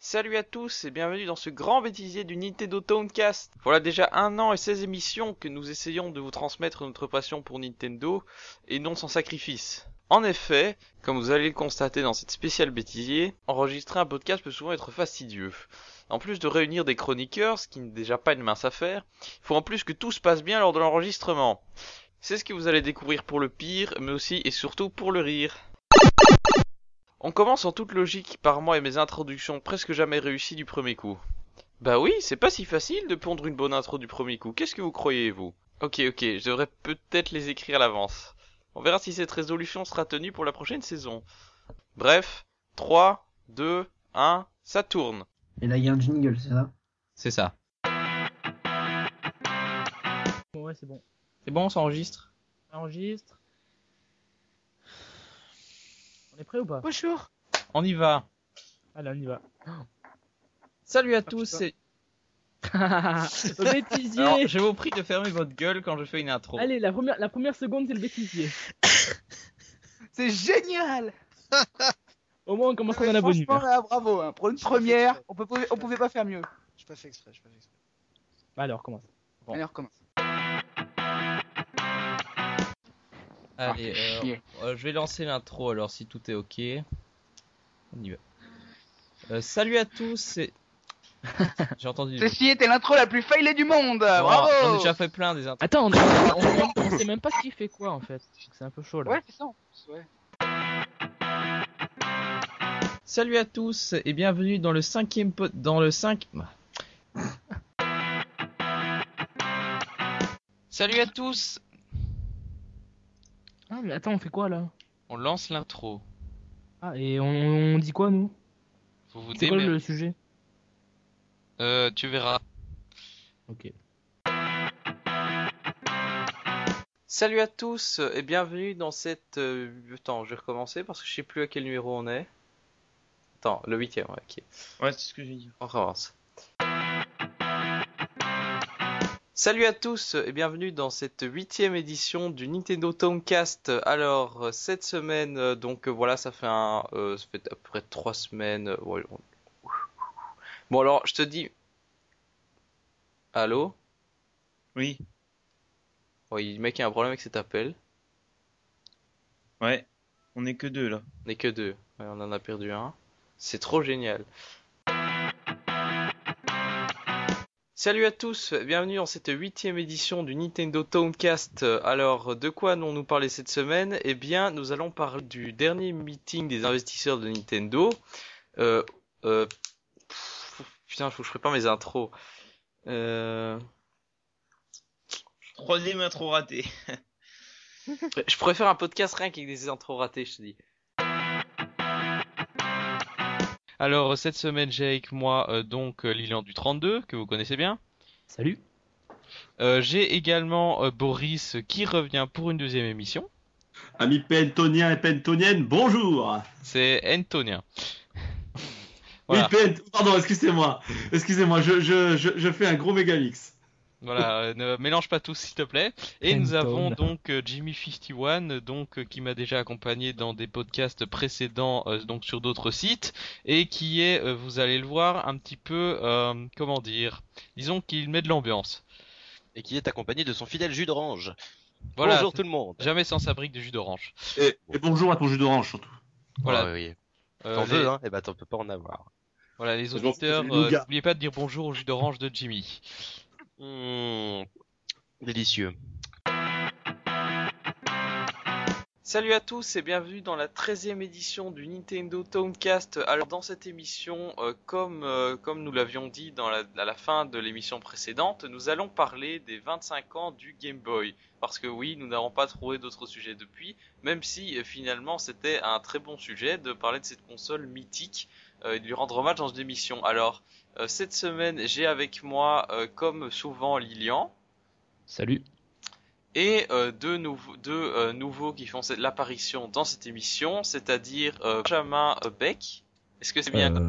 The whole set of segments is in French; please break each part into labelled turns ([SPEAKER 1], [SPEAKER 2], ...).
[SPEAKER 1] Salut à tous et bienvenue dans ce grand bêtisier du Nintendo Towncast. Voilà déjà un an et 16 émissions que nous essayons de vous transmettre notre passion pour Nintendo et non sans sacrifice. En effet, comme vous allez le constater dans cette spéciale bêtisier, enregistrer un podcast peut souvent être fastidieux. En plus de réunir des chroniqueurs, ce qui n'est déjà pas une mince affaire, il faut en plus que tout se passe bien lors de l'enregistrement. C'est ce que vous allez découvrir pour le pire, mais aussi et surtout pour le rire. On commence en toute logique par moi et mes introductions presque jamais réussies du premier coup. Bah oui, c'est pas si facile de pondre une bonne intro du premier coup, qu'est-ce que vous croyez, vous Ok, ok, je devrais peut-être les écrire à l'avance. On verra si cette résolution sera tenue pour la prochaine saison. Bref, 3, 2, 1, ça tourne.
[SPEAKER 2] Et là, il y a un jingle, c'est ça
[SPEAKER 3] C'est ça.
[SPEAKER 4] Bon, ouais, c'est bon.
[SPEAKER 3] C'est bon, on s'enregistre
[SPEAKER 4] On enregistre. On est prêt ou pas
[SPEAKER 1] Bonjour
[SPEAKER 3] On y va.
[SPEAKER 4] Allez, on y va.
[SPEAKER 3] Salut à
[SPEAKER 4] Ah,
[SPEAKER 3] tous
[SPEAKER 4] putain.
[SPEAKER 3] et...
[SPEAKER 4] Au bêtisier
[SPEAKER 3] Alors, je vous prie de fermer votre gueule quand je fais une intro.
[SPEAKER 4] Allez, la première, la première seconde, c'est le bêtisier.
[SPEAKER 5] C'est génial
[SPEAKER 4] Au moins, on commence à un abonné.
[SPEAKER 5] Franchement, là, bravo. hein. Pour une première, on, peut, on pouvait pas faire mieux.
[SPEAKER 6] J'ai pas fait exprès, j'ai pas fait exprès.
[SPEAKER 4] Bah, Alors, commence.
[SPEAKER 3] Bon.
[SPEAKER 5] Allez, on recommence.
[SPEAKER 3] Allez,
[SPEAKER 5] Ah,
[SPEAKER 3] euh,
[SPEAKER 5] chier.
[SPEAKER 3] euh, je vais lancer l'intro alors si tout est ok. On y va. Euh, salut à tous et... J'ai entendu du bruit.
[SPEAKER 5] Ceci était l'intro la plus failée du monde
[SPEAKER 3] Bon,
[SPEAKER 5] Bravo
[SPEAKER 3] On a déjà fait plein des intros.
[SPEAKER 4] Attends, on, on- on sait même pas ce qu'il fait quoi en fait. Donc, C'est un peu chaud là.
[SPEAKER 5] Ouais, c'est ça en plus, ouais.
[SPEAKER 3] Salut à tous et bienvenue dans le cinquième pot... Dans le cinq... Salut à tous
[SPEAKER 4] Ah, mais attends, on fait quoi là
[SPEAKER 3] On lance l'intro.
[SPEAKER 4] Ah, et on, on dit quoi nous
[SPEAKER 3] Vous vous
[SPEAKER 4] C'est quoi le sujet
[SPEAKER 3] Euh, tu verras.
[SPEAKER 4] Ok.
[SPEAKER 1] Salut à tous euh, et bienvenue dans cette... euh, Attends, je vais recommencer parce que je sais plus à quel numéro on est. Attends, le huitième, ouais, ok.
[SPEAKER 6] Ouais, c'est ce que j'ai dit.
[SPEAKER 1] On recommence. Salut à tous et bienvenue dans cette huitième édition du Nintendo Tomcast. Alors euh, cette semaine, euh, donc euh, voilà, ça fait un, euh, ça fait à peu près trois semaines. euh, ouais, on- Bon alors, je te dis. Allô
[SPEAKER 6] Oui,
[SPEAKER 1] Oui, le mec il y a un problème avec cet appel.
[SPEAKER 6] ouais. On est que deux là.
[SPEAKER 1] On n'est que deux. Ouais, on en a perdu un. C'est trop génial. Salut à tous, bienvenue dans cette huitième édition du Nintendo Towncast. Euh, Alors, de quoi allons-nous parler cette semaine Eh bien, nous allons parler du dernier meeting des investisseurs de Nintendo. Euh, euh, pff, putain, faut que je prépare mes intros. Euh,
[SPEAKER 6] Troisième intro ratée.
[SPEAKER 1] je pourrais faire un podcast rien qu'avec des intros ratées, je te dis.
[SPEAKER 3] Alors euh, cette semaine j'ai avec moi euh, donc euh, Lilan du 32 que vous connaissez bien.
[SPEAKER 4] Salut.
[SPEAKER 3] Euh, j'ai également euh, Boris euh, qui revient pour une deuxième émission.
[SPEAKER 7] Amis pentoniens et pentoniennes, bonjour
[SPEAKER 3] C'est Antonin. Voilà.
[SPEAKER 7] Oui, pent... Pardon, excusez-moi. Excusez-moi, je, je, je, je fais un gros mégamix.
[SPEAKER 3] Voilà, euh, ne mélange pas tous s'il te plaît. Et nous
[SPEAKER 4] Anton.
[SPEAKER 3] avons donc euh, Jimmy 51 euh, donc euh, qui m'a déjà accompagné dans des podcasts précédents euh, donc sur d'autres sites et qui est euh, vous allez le voir un petit peu euh, comment dire, disons qu'il met de l'ambiance.
[SPEAKER 8] et qui est accompagné de son fidèle jus d'orange.
[SPEAKER 3] Voilà.
[SPEAKER 8] Bonjour tout le monde.
[SPEAKER 3] Jamais sans sa brique de jus d'orange.
[SPEAKER 7] Et, et bonjour à ton jus d'orange surtout.
[SPEAKER 3] Voilà.
[SPEAKER 8] Ah oui.
[SPEAKER 3] Euh,
[SPEAKER 8] T'en
[SPEAKER 3] les-
[SPEAKER 8] veux, hein Eh ben, t'en peux pas en avoir.
[SPEAKER 3] Voilà, les
[SPEAKER 7] Je m'en fous,
[SPEAKER 3] auditeurs,
[SPEAKER 7] c'est
[SPEAKER 3] euh,
[SPEAKER 7] nougat.
[SPEAKER 3] n'oubliez pas de dire bonjour au jus d'orange de Jimmy.
[SPEAKER 8] Mmh, Délicieux.
[SPEAKER 1] Salut à tous et bienvenue dans la 13e édition du Nintendo Towncast. Alors dans cette émission, euh, comme, euh, comme nous l'avions dit dans la, à la fin de l'émission précédente, nous allons parler des 25 ans du Game Boy. Parce que oui, nous n'avons pas trouvé d'autres sujets depuis, même si euh, finalement c'était un très bon sujet de parler de cette console mythique euh, et de lui rendre hommage dans une émission. Alors euh, cette semaine, j'ai avec moi, euh, comme souvent, Lilian.
[SPEAKER 4] Salut.
[SPEAKER 1] Et euh, deux, nouveaux- deux euh, nouveaux qui font cette- l'apparition dans cette émission, c'est-à-dire euh, Benjamin Beck. Est-ce que c'est bien
[SPEAKER 9] Euh,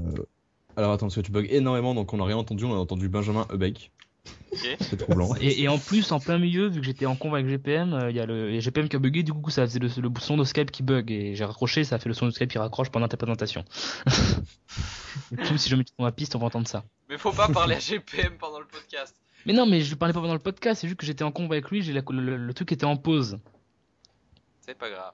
[SPEAKER 9] Alors attends, parce que tu bugs énormément, donc on n'a rien entendu, on a entendu Benjamin Hubeck. C'est troublant.
[SPEAKER 4] Et, et en plus, en plein milieu, vu que j'étais en convo avec GPM, euh, il y a le il y a GPM qui a bugué, du coup, ça faisait le, le son de Skype qui bug. Et j'ai raccroché, ça a fait le son de Skype qui raccroche pendant ta présentation. Kim, si jamais tu prends ma piste, on va entendre ça.
[SPEAKER 1] Mais faut pas parler à GPM pendant le podcast.
[SPEAKER 4] Mais non, mais je parlais pas pendant le podcast, c'est juste que j'étais en combat avec lui, j'ai la- le, le- le truc était en pause.
[SPEAKER 1] C'est pas grave.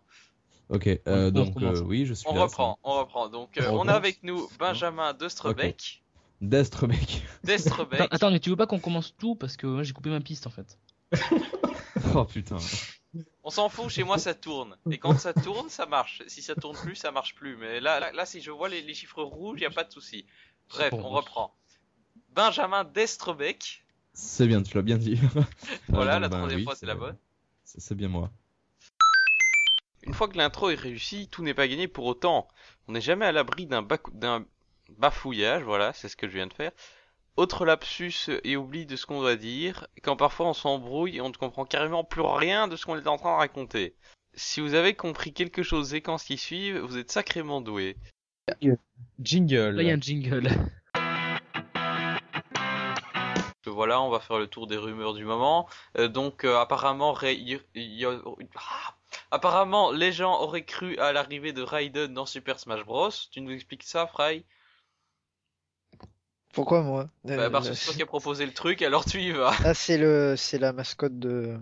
[SPEAKER 9] Ok, euh,
[SPEAKER 4] On
[SPEAKER 9] donc
[SPEAKER 4] recommence.
[SPEAKER 9] euh, oui, je suis
[SPEAKER 1] On
[SPEAKER 9] là.
[SPEAKER 1] reprend, on reprend. Donc, euh, on
[SPEAKER 9] On
[SPEAKER 1] a
[SPEAKER 9] recommence
[SPEAKER 1] avec nous Benjamin de Strebecq,
[SPEAKER 9] Dastrebec.
[SPEAKER 1] d'Estrebec.
[SPEAKER 4] Attends, attends, mais tu veux pas qu'on commence tout Parce que moi j'ai coupé ma piste en fait.
[SPEAKER 9] oh putain.
[SPEAKER 1] On s'en fout, chez moi ça tourne. Et quand ça tourne, ça marche. Si ça tourne plus, ça marche plus. Mais là, là, là, si je vois les, les chiffres rouges, y a pas de souci. Bref,
[SPEAKER 4] Bon.
[SPEAKER 1] on reprend. Benjamin d'Estrebec.
[SPEAKER 9] C'est bien, tu l'as bien dit. Euh,
[SPEAKER 1] Voilà,
[SPEAKER 9] donc,
[SPEAKER 1] la
[SPEAKER 9] ben,
[SPEAKER 1] troisième
[SPEAKER 9] oui,
[SPEAKER 1] fois, c'est la bonne.
[SPEAKER 9] C'est c'est bien moi.
[SPEAKER 1] Une fois que l'intro est réussie, tout n'est pas gagné pour autant. On n'est jamais à l'abri d'un bacou- d'un bafouillage, voilà, c'est ce que je viens de faire. Autre lapsus et oubli de ce qu'on doit dire, quand parfois on s'embrouille et on ne comprend carrément plus rien de ce qu'on est en train de raconter. Si vous avez compris quelque chose des séquences qui suivent, vous êtes sacrément doué.
[SPEAKER 4] Là il y a un jingle.
[SPEAKER 1] Voilà, on va faire le tour des rumeurs du moment. Euh, donc euh, apparemment, Ray- il- il y a- Ah apparemment, les gens auraient cru à l'arrivée de Raiden dans Super Smash Bros. Tu nous expliques ça, Fry
[SPEAKER 10] Pourquoi moi
[SPEAKER 1] Bah,
[SPEAKER 10] Euh,
[SPEAKER 1] parce que c'est toi qui as proposé le truc, alors tu y vas.
[SPEAKER 10] Ah, c'est le, c'est la mascotte de,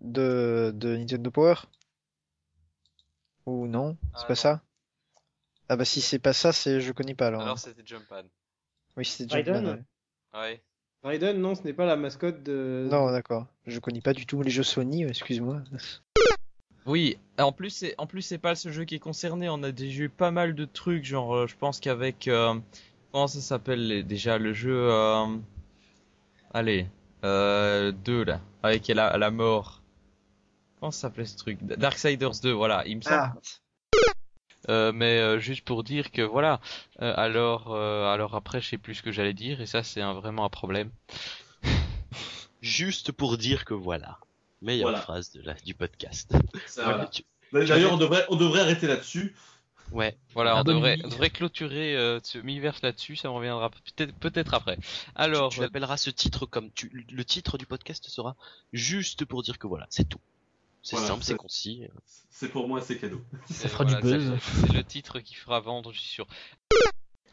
[SPEAKER 10] de, de Nintendo Power? Ou non? C'est
[SPEAKER 1] Ah,
[SPEAKER 10] pas
[SPEAKER 1] non.
[SPEAKER 10] ça? Ah bah si c'est pas ça, c'est je connais pas
[SPEAKER 6] Ah.
[SPEAKER 10] alors.
[SPEAKER 1] Alors c'était Jumpman.
[SPEAKER 10] Oui, c'était
[SPEAKER 11] Raiden
[SPEAKER 10] Jumpman. ouais.
[SPEAKER 1] Ouais.
[SPEAKER 11] Raiden, non, ce n'est pas la mascotte de.
[SPEAKER 10] Non, d'accord. Je connais pas du tout les jeux Sony, excuse-moi.
[SPEAKER 2] Ah.
[SPEAKER 6] Oui, en plus, c'est, en plus, c'est pas ce jeu qui est concerné. On a déjà eu pas mal de trucs, genre, euh, je pense qu'avec, euh, comment ça s'appelle les- déjà le jeu, euh, allez, euh, 2 là, avec la, la mort. Comment ça s'appelait ce truc? Darksiders 2, voilà, il me semble.
[SPEAKER 2] Ah,
[SPEAKER 12] Euh, mais euh, juste pour dire que voilà. Euh, alors, euh, alors après, je sais plus ce que j'allais dire et ça, c'est un- vraiment un problème.
[SPEAKER 8] Juste pour dire que voilà. Meilleure
[SPEAKER 7] Voilà.
[SPEAKER 8] phrase de la, du podcast.
[SPEAKER 7] Ça, voilà. D'ailleurs, on devrait, on devrait arrêter là-dessus.
[SPEAKER 8] Ouais.
[SPEAKER 12] Voilà, on
[SPEAKER 4] Pardon,
[SPEAKER 12] devrait,
[SPEAKER 4] Mimi.
[SPEAKER 12] on devrait clôturer euh, ce universe là-dessus. Ça reviendra peut-être peut-être après.
[SPEAKER 8] Alors,
[SPEAKER 12] Alors,
[SPEAKER 1] euh,
[SPEAKER 8] tu, appelleras ce titre comme tu. Le titre du podcast sera juste pour dire que voilà, c'est tout. C'est
[SPEAKER 7] Voilà,
[SPEAKER 8] simple,
[SPEAKER 7] c'est-
[SPEAKER 8] c'est concis.
[SPEAKER 7] C'est pour moi, c'est cadeau.
[SPEAKER 4] Ça
[SPEAKER 12] euh,
[SPEAKER 4] fera
[SPEAKER 12] voilà,
[SPEAKER 4] du buzz.
[SPEAKER 12] ça- C'est le titre qui fera vendre, je suis sûr.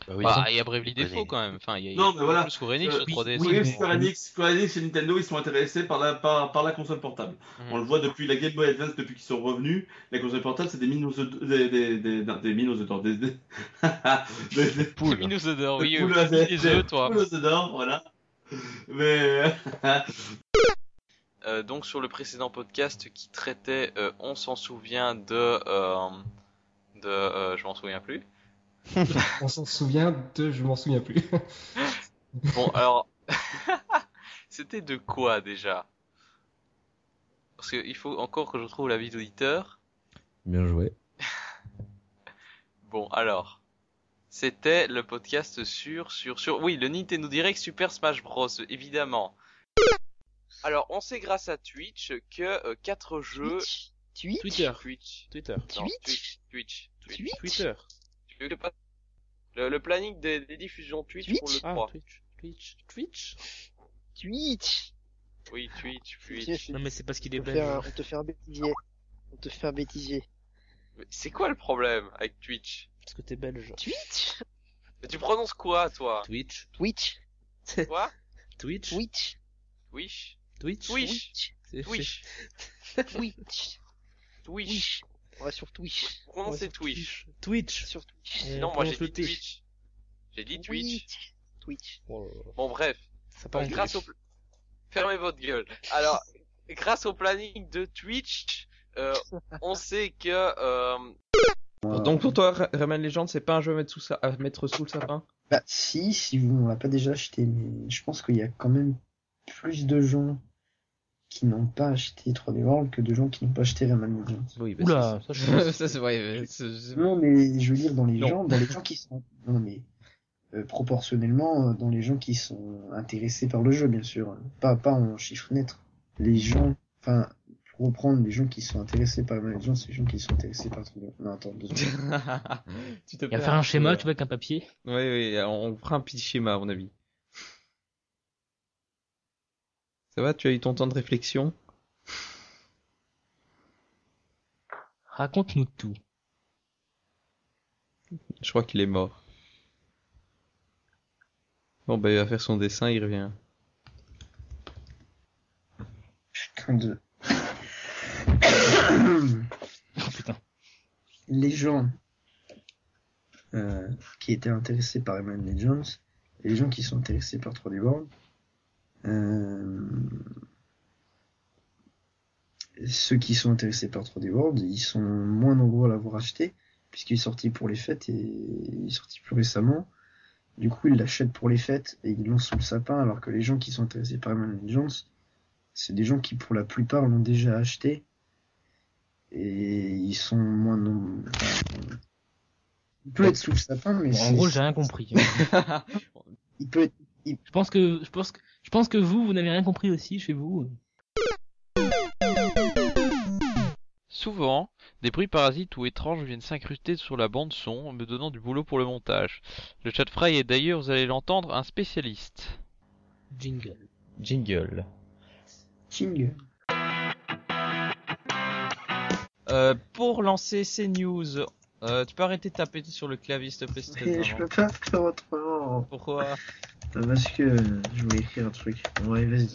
[SPEAKER 8] Bah oui,
[SPEAKER 12] Bah, il y a Bravely
[SPEAKER 8] connaît.
[SPEAKER 12] Default quand même. Enfin, il y a, il y a
[SPEAKER 7] Non, mais voilà.
[SPEAKER 12] plus Square Enix
[SPEAKER 7] Euh,
[SPEAKER 12] sur 3DS.
[SPEAKER 7] Oui,
[SPEAKER 4] mais-
[SPEAKER 7] mais Square Enix, Square Enix et Nintendo, ils sont intéressés par la, par, par la console portable.
[SPEAKER 12] Mhm.
[SPEAKER 7] On le voit depuis la Game Boy Advance, depuis qu'ils sont revenus. La console portable, c'est des mines aux odeurs. Des, des, des, non, des mines aux odeurs. Des, des... des- des-
[SPEAKER 8] Poule.
[SPEAKER 12] Minus Odor, oui,
[SPEAKER 7] des poules
[SPEAKER 12] euh,
[SPEAKER 7] à-
[SPEAKER 12] des œufs, toi.
[SPEAKER 7] des poules aux odeurs, voilà. Mais.
[SPEAKER 1] Euh, donc sur le précédent podcast qui traitait, euh, on s'en souvient de, euh, de, euh, je m'en souviens plus.
[SPEAKER 11] On s'en souvient de. Je m'en souviens plus.
[SPEAKER 1] Bon alors, c'était de quoi déjà Parce qu'il faut encore que je trouve la vie d'auditeur.
[SPEAKER 9] Bien joué.
[SPEAKER 1] Bon alors, c'était le podcast sur sur sur, oui le Nintendo Direct Super Smash Bros évidemment. Alors on sait grâce à Twitch que euh, quatre jeux
[SPEAKER 10] Twitch? Twitch?
[SPEAKER 11] Twitter.
[SPEAKER 1] Twitch
[SPEAKER 11] Twitter.
[SPEAKER 1] Non,
[SPEAKER 10] Twitch
[SPEAKER 1] Twitch, Twitch,
[SPEAKER 10] Twitch?
[SPEAKER 1] Twitch.
[SPEAKER 11] Twitter.
[SPEAKER 1] Le, le pa- le- le planning des, des diffusions Twitch, pour le
[SPEAKER 10] Twitch
[SPEAKER 1] 3.
[SPEAKER 11] Twitch. Twitch. Twitch.
[SPEAKER 10] Twitch!
[SPEAKER 1] Oui, Twitch,
[SPEAKER 10] Tiens,
[SPEAKER 1] Twitch.
[SPEAKER 10] je te-
[SPEAKER 4] Non, mais c'est parce qu'il est
[SPEAKER 10] on, te fait un,
[SPEAKER 4] belge.
[SPEAKER 10] on te fait un bêtisier. On te fait un bêtisier.
[SPEAKER 1] Mais C'est quoi le problème avec Twitch
[SPEAKER 11] Parce que t'es belge.
[SPEAKER 10] Twitch!
[SPEAKER 1] Mais tu prononces quoi, toi
[SPEAKER 11] Twitch.
[SPEAKER 10] Twitch!
[SPEAKER 1] Quoi
[SPEAKER 11] Twitch.
[SPEAKER 10] Twitch!
[SPEAKER 1] Twitch
[SPEAKER 11] Twitch.
[SPEAKER 1] Twitch
[SPEAKER 11] C'est-
[SPEAKER 1] Twitch
[SPEAKER 10] Twitch!
[SPEAKER 1] Twitch
[SPEAKER 10] Twitch! On va sur Twitch!
[SPEAKER 1] Vous Prononcez
[SPEAKER 11] Ouais,
[SPEAKER 1] Twitch.
[SPEAKER 11] Twitch.
[SPEAKER 10] Sur Twitch!
[SPEAKER 1] Non, moi j'ai
[SPEAKER 11] prononce le
[SPEAKER 1] dit
[SPEAKER 11] T.
[SPEAKER 1] Twitch. J'ai dit Twitch.
[SPEAKER 10] Twitch!
[SPEAKER 1] Bon, bref.
[SPEAKER 11] Ça parle
[SPEAKER 1] grâce au... Fermez votre gueule. Alors, grâce au planning de Twitch, euh, on sait que... euh,
[SPEAKER 11] Donc pour toi,
[SPEAKER 6] Rayman Legend, c'est pas un jeu à mettre sous, sa- à mettre sous le sapin?
[SPEAKER 2] Bah si, si vous ne l'avez pas déjà acheté, mais je pense qu'il y a quand même plus de gens qui n'ont pas acheté 3D World que de gens qui n'ont pas acheté Rayman Legends.
[SPEAKER 6] Oui,
[SPEAKER 4] Oula, ça, je-
[SPEAKER 6] ça c'est vrai. c'est-
[SPEAKER 2] Non mais je veux dire dans les
[SPEAKER 6] Non.
[SPEAKER 2] gens, dans les gens qui sont, non mais euh, proportionnellement euh, dans les gens qui sont intéressés par le jeu bien sûr, hein. pas pas en chiffre net. Les gens, enfin pour reprendre les gens qui sont intéressés par Rayman Legends, c'est les gens qui sont intéressés par 3D World. Non attends deux secondes.
[SPEAKER 6] tu te
[SPEAKER 4] Il va faire un schéma, tu vois, avec un papier.
[SPEAKER 6] Oui, oui, on fera un petit schéma à mon avis. Ça va, tu as eu ton temps de réflexion
[SPEAKER 4] Raconte-nous tout.
[SPEAKER 6] Je crois qu'il est mort.
[SPEAKER 1] Bon, bah, il va faire son dessin, il revient.
[SPEAKER 2] Putain de. Les gens euh, qui étaient intéressés par Rayman Legends et les gens qui sont intéressés par 3D World, euh, ceux qui sont intéressés par 3D World, ils sont moins nombreux à l'avoir acheté puisqu'il est sorti pour les fêtes et il est sorti plus récemment. Du coup, ils l'achètent pour les fêtes et ils l'ont sous le sapin alors que les gens qui sont intéressés par Rayman Legends, c'est des gens qui pour la plupart l'ont déjà acheté et ils sont moins nombreux. Enfin, il peut être sous le sapin, mais
[SPEAKER 4] Bon, en
[SPEAKER 2] c'est-
[SPEAKER 4] gros, j'ai rien compris.
[SPEAKER 2] il peut être- il-
[SPEAKER 4] Je pense que je pense que je pense que vous vous n'avez rien compris aussi chez vous.
[SPEAKER 1] Souvent, des bruits parasites ou étranges viennent s'incruster sur la bande son, me donnant du boulot pour le montage. Le chat fry est d'ailleurs, vous allez l'entendre, un spécialiste.
[SPEAKER 4] Jingle.
[SPEAKER 6] Jingle.
[SPEAKER 2] King.
[SPEAKER 6] Euh, pour lancer ces news, euh, tu peux arrêter de taper sur le clavier, s'il te plaît, c'est très
[SPEAKER 2] Et je
[SPEAKER 6] énervant.
[SPEAKER 2] peux pas faire autrement.
[SPEAKER 6] Pourquoi
[SPEAKER 2] Parce que je voulais écrire un truc. Ouais, vas-y.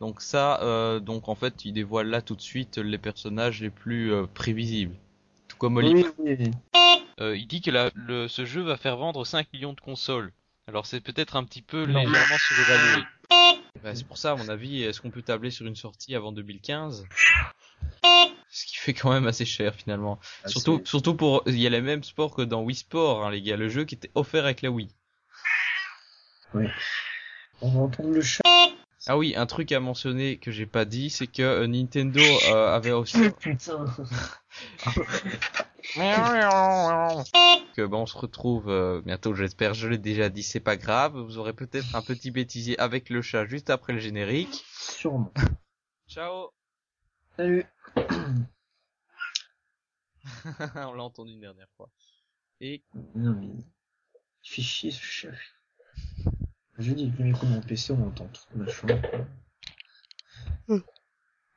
[SPEAKER 6] Donc ça, euh, donc en fait, il dévoile là tout de suite les personnages les plus euh, prévisibles. Tout comme Olive.
[SPEAKER 1] Euh, il dit que la- le- ce jeu va faire vendre 5 millions de consoles. Alors c'est peut-être un petit peu
[SPEAKER 4] Non.
[SPEAKER 1] légèrement surévalué. Bah, c'est pour ça, à mon avis, est-ce qu'on peut tabler sur une sortie avant 2015 Ce qui fait quand même assez cher finalement.
[SPEAKER 6] Ah,
[SPEAKER 1] surtout, surtout pour, il y a les mêmes sports que dans Wii Sport, hein, les gars. Le jeu qui était offert avec la Wii.
[SPEAKER 2] On va entendre le chat.
[SPEAKER 6] Ah oui, un truc à mentionner que j'ai pas dit, c'est que euh, Nintendo euh, avait aussi
[SPEAKER 2] Putain.
[SPEAKER 6] que bon, on se retrouve euh, bientôt, j'espère. Je l'ai déjà dit, c'est pas grave. Vous aurez peut-être un petit bêtisier avec le chat juste après le générique.
[SPEAKER 2] Sûrement.
[SPEAKER 1] Ciao
[SPEAKER 2] Salut.
[SPEAKER 6] On l'a entendu une dernière fois. Et
[SPEAKER 2] Non, mais. Il fait chier ce chat. Je dis que le micro de mon PC, on entend toute ma chambre. quoi.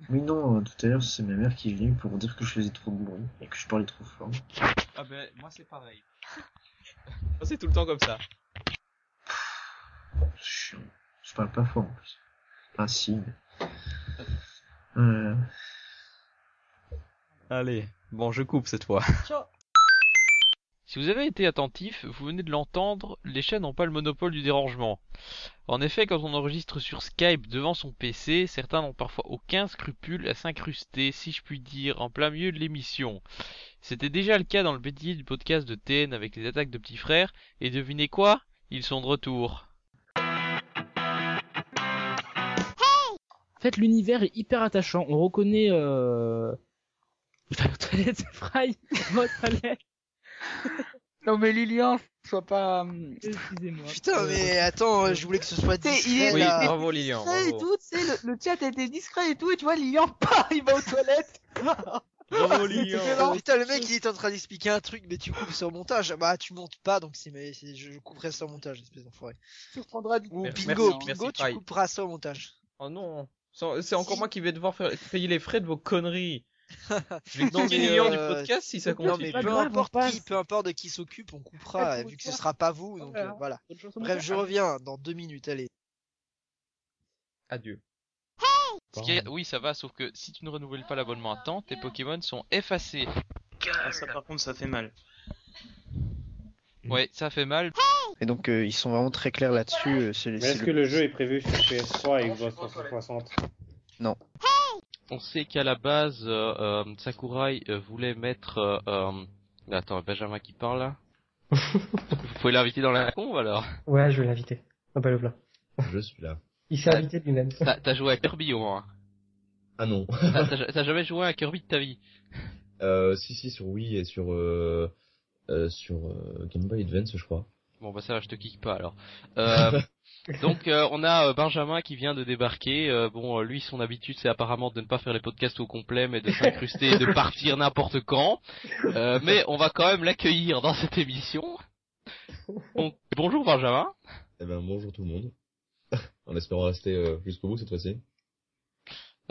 [SPEAKER 2] Oui, non, euh, tout à l'heure, c'est ma mère qui est venue pour dire que je faisais trop de bruit et que je parlais trop fort.
[SPEAKER 6] ah ben moi c'est pareil. Moi, c'est tout le temps comme ça.
[SPEAKER 2] Chiant. Je parle pas fort en plus. Ah, si. mais- Euh,
[SPEAKER 6] Allez, bon je coupe cette fois.
[SPEAKER 1] Si vous avez été attentif, vous venez de l'entendre, les chats n'ont pas le monopole du dérangement. En effet, quand on enregistre sur Skype devant son PC, certains n'ont parfois aucun scrupule à s'incruster, si je puis dire, en plein milieu de l'émission. C'était déjà le cas dans le bêtisier du podcast de TN avec les attaques de petits frères, et devinez quoi Ils sont de retour.
[SPEAKER 4] En fait, l'univers est hyper attachant. On reconnaît. Euh... Enfin, aux toilettes, Fry, votre toilette.
[SPEAKER 5] Non mais Lilian, sois pas. hum,
[SPEAKER 4] Excusez-moi.
[SPEAKER 6] Euh,
[SPEAKER 13] Putain, mais attends, euh, je voulais que ce soit
[SPEAKER 5] T'es-
[SPEAKER 13] discret,
[SPEAKER 5] il est-
[SPEAKER 13] là.
[SPEAKER 5] il est
[SPEAKER 6] Lilian.
[SPEAKER 5] discret et tout, tu sais, le, le chat a été discret et tout, et tu vois, Lilian, pas, il va aux toilettes.
[SPEAKER 6] Bravo
[SPEAKER 5] Lilian.
[SPEAKER 13] Putain, le mec il est en train d'expliquer un truc, mais tu coupes sur montage. Ah Bah, tu montes pas, donc c'est, mais c'est- je couperai ça au montage, espèce d'enfoiré.
[SPEAKER 5] Tu reprendras du
[SPEAKER 13] Ou
[SPEAKER 6] Merci,
[SPEAKER 13] bingo,
[SPEAKER 6] merci,
[SPEAKER 13] bingo,
[SPEAKER 6] merci,
[SPEAKER 13] tu
[SPEAKER 6] Fry.
[SPEAKER 13] couperas ça au montage.
[SPEAKER 6] Oh non, c'est c'est encore moi qui vais devoir faire- payer les frais de vos conneries. Je vais
[SPEAKER 13] Non,
[SPEAKER 6] quitter
[SPEAKER 13] mais,
[SPEAKER 6] Lilian
[SPEAKER 13] euh,
[SPEAKER 6] du podcast si ça
[SPEAKER 13] Non,
[SPEAKER 6] continue.
[SPEAKER 13] mais
[SPEAKER 4] pas
[SPEAKER 13] peu
[SPEAKER 4] grave, on
[SPEAKER 13] importe
[SPEAKER 4] passe. Ah,
[SPEAKER 13] qui, peu importe de qui s'occupe, on coupera,
[SPEAKER 5] Ouais,
[SPEAKER 13] euh, vu que ce
[SPEAKER 5] bonsoir.
[SPEAKER 13] sera pas vous, donc
[SPEAKER 5] Voilà.
[SPEAKER 13] euh, voilà.
[SPEAKER 4] Bonne chance au
[SPEAKER 13] Bref,
[SPEAKER 4] montage.
[SPEAKER 13] je reviens dans deux minutes, allez.
[SPEAKER 6] Adieu.
[SPEAKER 1] Ce qui est- Oui, ça va, sauf que si tu ne renouvelles pas l'abonnement à temps, tes Pokémon sont effacés.
[SPEAKER 14] Ah, ça par contre ça fait mal.
[SPEAKER 1] Ouais, ça fait mal.
[SPEAKER 15] Et donc euh, ils sont vraiment très clairs là-dessus. euh, c'est-
[SPEAKER 16] Mais
[SPEAKER 15] c'est
[SPEAKER 16] est-ce que le jeu est prévu sur PS3 et Xbox 360
[SPEAKER 1] On sait qu'à la base, euh, euh, Sakurai euh, voulait mettre... euh, euh, Attends, Benjamin qui parle là Vous pouvez l'inviter dans la con alors
[SPEAKER 17] Ouais, je vais l'inviter. Non, pas le plat.
[SPEAKER 8] Je suis là.
[SPEAKER 17] Il s'est invité de lui-même.
[SPEAKER 1] T'as t'as joué à Kirby au moins
[SPEAKER 8] Ah non.
[SPEAKER 1] T'as t'as- t'as jamais joué à Kirby de ta vie
[SPEAKER 8] Euh, si, si, sur Wii et sur, euh, euh, sur euh, Game Boy Advance, je crois.
[SPEAKER 1] Bon bah ça va, je te kick pas alors. Euh, donc euh, on a euh, Benjamin qui vient de débarquer. Euh, bon, euh, lui son habitude c'est apparemment de ne pas faire les podcasts au complet, mais de s'incruster et de partir n'importe quand. Euh, mais on va quand même l'accueillir dans cette émission. Donc, bonjour Benjamin.
[SPEAKER 8] Eh ben, bonjour tout le monde. en espérant rester euh, jusqu'au bout cette fois-ci.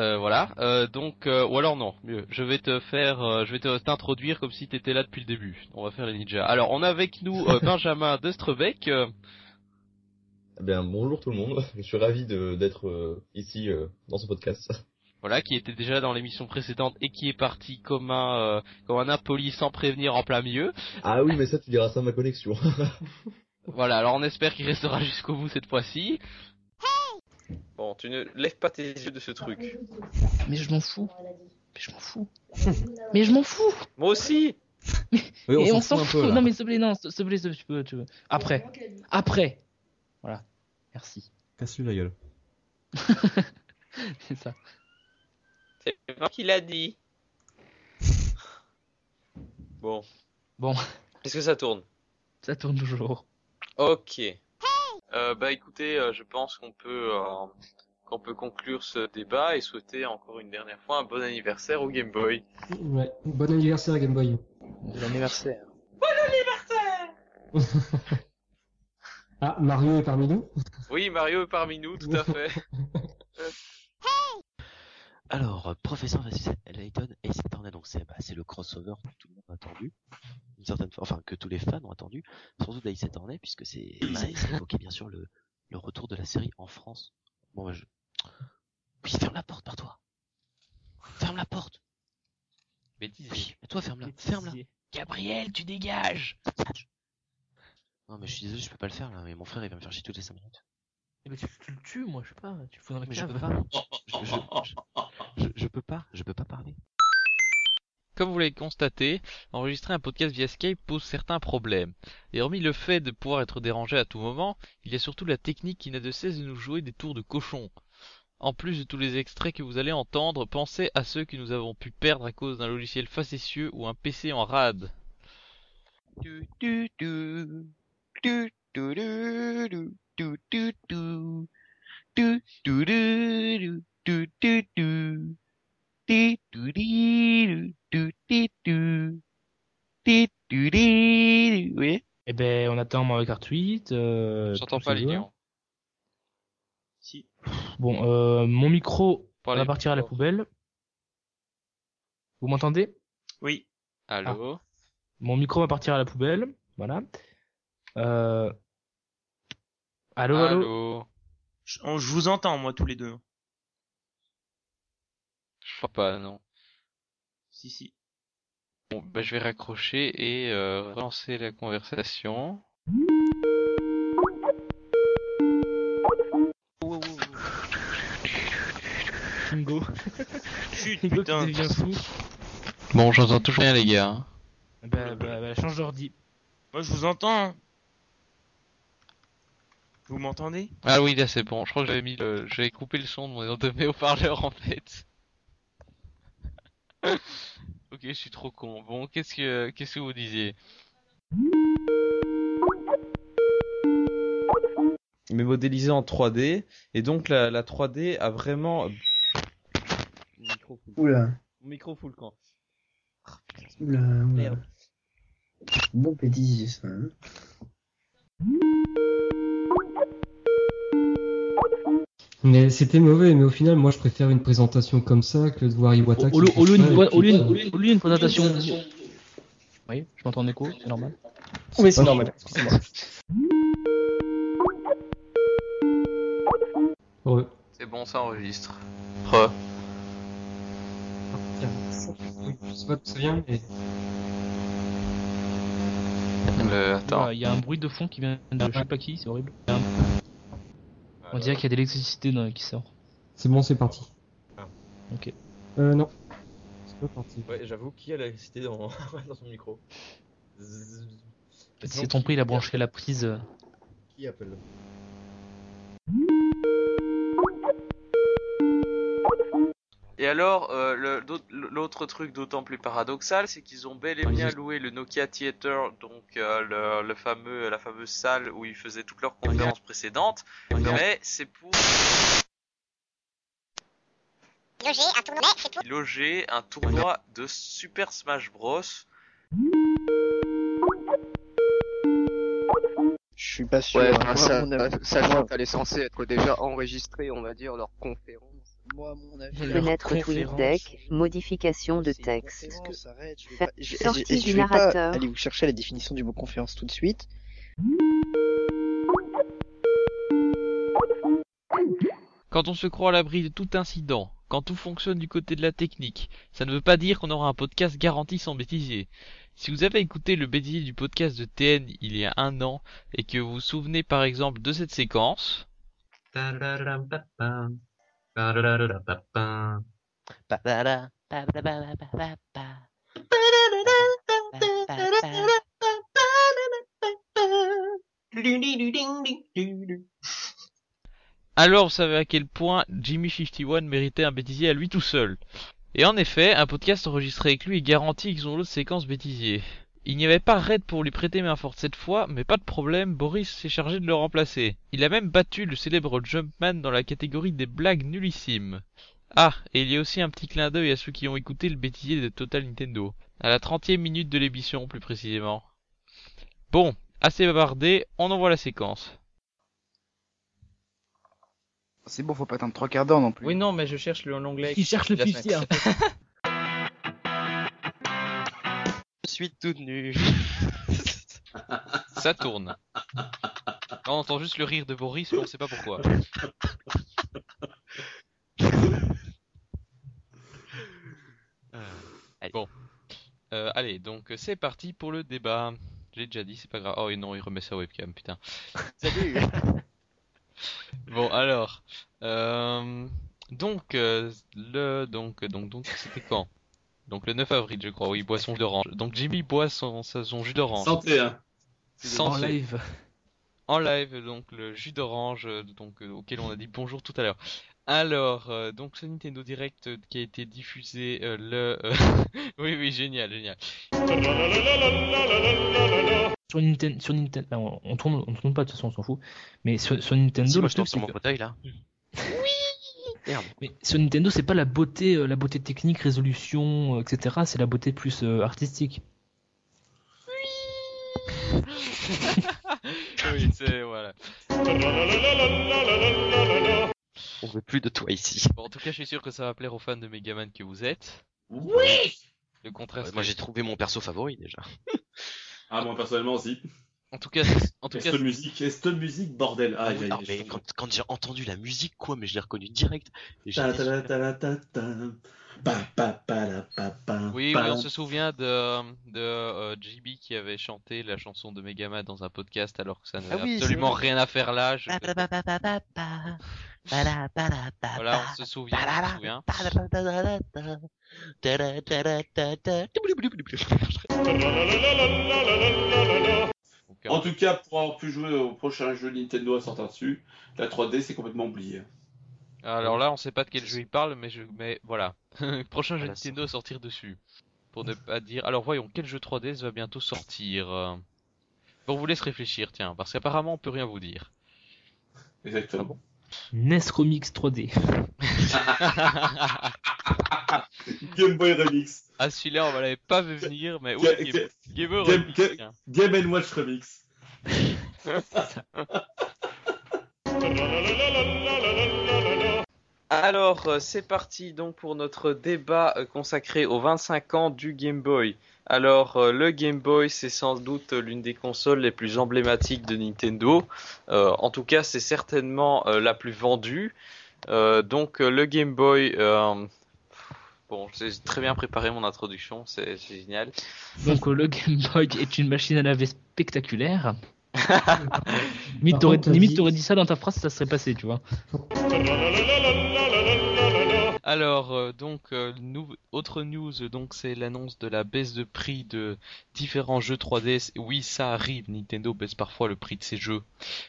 [SPEAKER 1] Euh, voilà. Euh, donc euh, ou alors non, mieux. Je vais te faire, euh, je vais te t'introduire comme si t'étais là depuis le début. On va faire les ninjas. Alors on a avec nous euh, Benjamin de Strebec. Euh,
[SPEAKER 18] Eh bien, bonjour tout le monde. Je suis ravi de- d'être euh, ici euh, dans ce podcast.
[SPEAKER 19] Voilà, qui était déjà dans l'émission précédente et qui est parti comme un, euh, comme un impoli sans prévenir en plein milieu.
[SPEAKER 18] Ah oui, mais ça, tu diras ça à ma connexion.
[SPEAKER 19] Voilà, alors on espère qu'il restera jusqu'au bout cette fois-ci.
[SPEAKER 1] Bon, tu ne lèves pas tes yeux de ce truc.
[SPEAKER 4] Mais je m'en fous. Mais je m'en fous. mais je m'en fous.
[SPEAKER 1] Moi aussi.
[SPEAKER 4] Mais on, s'en fout. non mais s'il te plaît, non, s'il te plaît, s'il te plaît, tu peux, tu peux. Après, après. Voilà. Merci.
[SPEAKER 18] Casse-lui la gueule.
[SPEAKER 4] C'est ça.
[SPEAKER 1] C'est moi qui l'a dit. Bon.
[SPEAKER 4] Bon,
[SPEAKER 1] Est-ce que ça tourne
[SPEAKER 4] ça tourne toujours.
[SPEAKER 1] Ok. Euh, bah écoutez, euh, je pense qu'on peut euh, qu'on peut conclure ce débat et souhaiter encore une dernière fois un bon anniversaire au Game Boy.
[SPEAKER 20] Ouais. Bon anniversaire Game Boy.
[SPEAKER 4] Bon anniversaire.
[SPEAKER 20] ah, Mario est parmi nous
[SPEAKER 1] Oui, Mario est parmi nous, tout à fait.
[SPEAKER 8] Alors, euh, Professeur versus Layton, et c'est en annoncé, bah, c'est le crossover que tout le monde a attendu, une certaine, fois- enfin que tous les fans ont attendu, surtout d'Aïs Attorney, puisque c'est bah, ça évoquait bien sûr le, le retour de la série en France. Bon, bah, je... Oui, ferme la porte par toi Ferme la porte Oui, mais toi ferme-la, ferme-la Gabriel, tu dégages Non, mais je suis désolé, je peux pas le faire là, mais mon frère il va me faire chier toutes les 5 minutes.
[SPEAKER 4] Mais Eh ben, tu, tu le tues, moi, je sais pas. Tu le fous dans la
[SPEAKER 8] Mais je
[SPEAKER 4] cave.
[SPEAKER 8] peux pas, je, je- je- je- je peux pas, je peux pas parler.
[SPEAKER 19] Comme vous l'avez constaté, enregistrer un podcast via Skype pose certains problèmes. Et hormis le fait de pouvoir être dérangé à tout moment, il y a surtout la technique qui n'a de cesse de nous jouer des tours de cochon. En plus de tous les extraits que vous allez entendre, pensez à ceux que nous avons pu perdre à cause d'un logiciel facétieux ou un PC en rade.
[SPEAKER 4] Oui. Eh ben, on attend Mario Kart 8. Euh,
[SPEAKER 19] J'entends
[SPEAKER 4] tous
[SPEAKER 19] pas,
[SPEAKER 4] ces
[SPEAKER 19] Lilian.
[SPEAKER 4] joueurs. Bon, euh, mon micro va partir à la poubelle. Vous m'entendez
[SPEAKER 6] Oui.
[SPEAKER 19] Allô
[SPEAKER 4] Mon micro va partir à la poubelle. Voilà. Euh... Allô,
[SPEAKER 8] Ah,
[SPEAKER 4] allô,
[SPEAKER 6] Je, on- je vous entends, moi, tous les deux.
[SPEAKER 19] Je crois pas, non.
[SPEAKER 6] Si, si.
[SPEAKER 19] Bon, bah, je vais raccrocher et euh, relancer la conversation.
[SPEAKER 4] Kingo.
[SPEAKER 6] Chut,
[SPEAKER 4] Kingo, tu deviens fou.
[SPEAKER 19] Bon, j'entends toujours rien, les gars.
[SPEAKER 4] Bah, bah, bah, change d'ordi.
[SPEAKER 6] Moi, je vous
[SPEAKER 21] hein.
[SPEAKER 6] entends. Vous m'entendez
[SPEAKER 19] Ah oui, là c'est bon. Je crois que j'avais mis le... j'avais coupé le son de, mon... de mes haut-parleurs en fait. ok, je suis trop con. Bon, qu'est-ce que qu'est-ce que vous disiez
[SPEAKER 22] mais modélisé en 3D. Et donc la, la 3D a vraiment. euh, Mon micro fout le-
[SPEAKER 23] Oula,
[SPEAKER 22] Mon micro fout le camp.
[SPEAKER 23] oula, oula. Bon petit ça. hein.
[SPEAKER 9] Mais c'était mauvais, mais au final, moi je préfère une présentation comme ça que de voir Iwata
[SPEAKER 4] Au lieu- au lieu d'une- au lieu-
[SPEAKER 9] une
[SPEAKER 4] au lieu d'une présentation. Oui, je m'entends en écho, c'est normal. oh,
[SPEAKER 9] Oui, c'est normal, excusez-moi.
[SPEAKER 19] C'est bon, ça enregistre.
[SPEAKER 9] Je sais pas d'où ça vient, mais.
[SPEAKER 19] attends.
[SPEAKER 4] Il y a un bruit de fond qui vient de je sais pas qui, c'est horrible. On dirait qu'il y a de l'électricité dans- qui sort.
[SPEAKER 9] C'est bon, c'est parti.
[SPEAKER 4] Ah, Ok.
[SPEAKER 9] Euh, non. C'est pas parti.
[SPEAKER 18] Ouais, j'avoue, qui a l'électricité dans... dans son micro Zzzz.
[SPEAKER 4] Il s'est trompé, il a branché la prise. euh.
[SPEAKER 18] Qui appelle
[SPEAKER 1] Et alors, euh, le- d'aut- l'autre truc d'autant plus paradoxal, c'est qu'ils ont bel et bien loué le Nokia Theater, donc euh, le, le fameux, la fameuse salle où ils faisaient toutes leurs conférences précédentes, mais c'est pour
[SPEAKER 24] Loger un tournoi, mais c'est pour.
[SPEAKER 1] loger un tournoi de Super Smash Bros.
[SPEAKER 2] Je suis pas sûr.
[SPEAKER 25] Ouais,
[SPEAKER 2] hein.
[SPEAKER 25] enfin,
[SPEAKER 2] Moi,
[SPEAKER 25] ça, euh,
[SPEAKER 2] mon avis-
[SPEAKER 25] sachant
[SPEAKER 2] moi-
[SPEAKER 25] qu'elle est censée être déjà enregistrée, on va dire, leur conférence.
[SPEAKER 2] moi, mon avis-
[SPEAKER 5] Fenêtre Twin Deck, modification de texte. Fa-
[SPEAKER 2] Je- je-
[SPEAKER 5] Sortie
[SPEAKER 2] je
[SPEAKER 5] du
[SPEAKER 2] vais pas
[SPEAKER 5] narrateur.
[SPEAKER 2] aller vous chercher la définition du mot conférence tout de suite.
[SPEAKER 1] Quand on se croit à l'abri de tout incident, quand tout fonctionne du côté de la technique, ça ne veut pas dire qu'on aura un podcast garanti sans bêtisier. Si vous avez écouté le bêtisier du podcast de TN il y a un an et que vous vous souvenez par exemple de cette séquence, alors vous savez à quel point Jimmy 51 méritait un bêtisier à lui tout seul. Et en effet, un podcast enregistré avec lui est garanti qu'ils ont l'autre séquence bêtisier. Il n'y avait pas Red pour lui prêter main forte cette fois, mais pas de problème, Boris s'est chargé de le remplacer. Il a même battu le célèbre Jumpman dans la catégorie des blagues nullissimes. Ah, et il y a aussi un petit clin d'œil à ceux qui ont écouté le bêtisier de Total Nintendo, à la trentième minute de l'émission plus précisément. Bon, assez bavardé, on envoie la séquence.
[SPEAKER 26] C'est bon, faut pas attendre trois quarts d'heure non plus.
[SPEAKER 6] Oui, non, mais je cherche le l'onglet.
[SPEAKER 4] Il cherche le
[SPEAKER 6] la
[SPEAKER 4] fichier,
[SPEAKER 6] semaine.
[SPEAKER 4] en
[SPEAKER 8] Je suis toute nue.
[SPEAKER 1] Ça tourne. On entend juste le rire de Boris, mais on sait pas pourquoi. Bon. Euh, allez, donc c'est parti pour le débat. J'ai déjà dit, c'est pas grave. Oh, et non, il remet sa webcam, putain.
[SPEAKER 8] Salut
[SPEAKER 1] Bon alors, euh, donc euh, le donc donc donc c'était quand Donc le 9 avril je crois. Oui, boisson d'orange. Donc Jimmy boit son sa- son jus d'orange.
[SPEAKER 7] Santé, hein.
[SPEAKER 1] Santé.
[SPEAKER 27] En live.
[SPEAKER 1] En live donc le jus d'orange euh, donc euh, auquel on a dit bonjour tout à l'heure. Alors euh, donc ce Nintendo Direct euh, qui a été diffusé euh, le euh, oui oui génial génial.
[SPEAKER 4] Sur Nintendo, sur Nintendo, non, on tourne, on tourne pas de toute façon, on s'en fout. Mais sur, sur Nintendo,
[SPEAKER 8] Si, moi
[SPEAKER 4] le
[SPEAKER 8] je tombe
[SPEAKER 4] truc,
[SPEAKER 8] sur
[SPEAKER 4] c'est
[SPEAKER 8] mon
[SPEAKER 4] que-
[SPEAKER 8] fauteuil là. Merde.
[SPEAKER 4] mais sur Nintendo, c'est pas la beauté, euh, la beauté technique, résolution, euh, etc. C'est la beauté plus euh, artistique.
[SPEAKER 1] oui c'est voilà.
[SPEAKER 8] On veut plus de toi ici.
[SPEAKER 1] Bon, en tout cas je suis sûr que ça va plaire aux fans de Megaman que vous êtes.
[SPEAKER 7] Oui
[SPEAKER 1] Le contraste.
[SPEAKER 8] Moi j'ai trouvé mon perso favori déjà.
[SPEAKER 7] Ah, moi personnellement aussi.
[SPEAKER 1] En tout cas, en tout
[SPEAKER 7] Et
[SPEAKER 1] cas-
[SPEAKER 7] cette musique, et cette musique, bordel. Ah, aïe, aïe,
[SPEAKER 8] Ah,
[SPEAKER 7] aïe.
[SPEAKER 8] mais quand, quand j'ai entendu la musique, quoi, mais je l'ai reconnue direct. Et j'ai
[SPEAKER 7] Ta-
[SPEAKER 8] dit,
[SPEAKER 7] ta- ta- ta- ta- ta. Pa- pa- pa- la- pa- pa-
[SPEAKER 1] Oui,
[SPEAKER 7] pa.
[SPEAKER 1] oui, on se souvient de, de euh, JB qui avait chanté la chanson de Megama dans un podcast alors que ça n'avait
[SPEAKER 8] Ah oui, c'est
[SPEAKER 1] absolument
[SPEAKER 8] vrai.
[SPEAKER 1] rien à faire là. je- Voilà, on se souvient, on se souvient.
[SPEAKER 7] En tout cas, pour avoir pu jouer au prochain jeu Nintendo à sortir dessus, la 3D c'est complètement oublié.
[SPEAKER 1] Alors là, on sait pas de quel jeu il parle, mais je, mais voilà. Prochain jeu Nintendo à sortir dessus. Pour ne pas dire. Alors voyons, quel jeu 3DS va bientôt sortir euh. Bon, on vous laisse réfléchir, tiens, parce qu'apparemment on peut rien vous dire. Ah
[SPEAKER 7] Exactement.
[SPEAKER 4] NES E Remix 3D.
[SPEAKER 7] Game Boy Remix.
[SPEAKER 1] Ah, celui-là, on l'avait pas vu venir, mais oui,
[SPEAKER 7] Ga-
[SPEAKER 1] Game,
[SPEAKER 7] ga-
[SPEAKER 1] Game
[SPEAKER 7] Game,
[SPEAKER 1] Boy Remix,
[SPEAKER 7] Ga-
[SPEAKER 1] tiens.
[SPEAKER 7] Game and Watch Remix.
[SPEAKER 28] Alors, euh, c'est parti donc pour notre débat euh, consacré aux 25 ans du Game Boy. Alors, euh, le Game Boy, c'est sans doute euh, l'une des consoles les plus emblématiques de Nintendo. Euh, en tout cas, c'est certainement euh, la plus vendue. Euh, donc, euh, le Game Boy. euh, Bon, j'ai très bien préparé mon introduction, c'est c'est génial.
[SPEAKER 4] Donc euh, le Game Boy est une machine à laver spectaculaire.
[SPEAKER 9] Par
[SPEAKER 4] limite, t'aurais,
[SPEAKER 9] contre, t'as
[SPEAKER 4] limite,
[SPEAKER 9] dit-
[SPEAKER 4] t'aurais dit ça dans ta phrase, ça serait passé, tu vois.
[SPEAKER 1] Alors euh, donc euh, nou- autre news euh, donc c'est l'annonce de la baisse de prix de différents jeux 3DS. Oui, ça arrive, Nintendo baisse parfois le prix de ses jeux.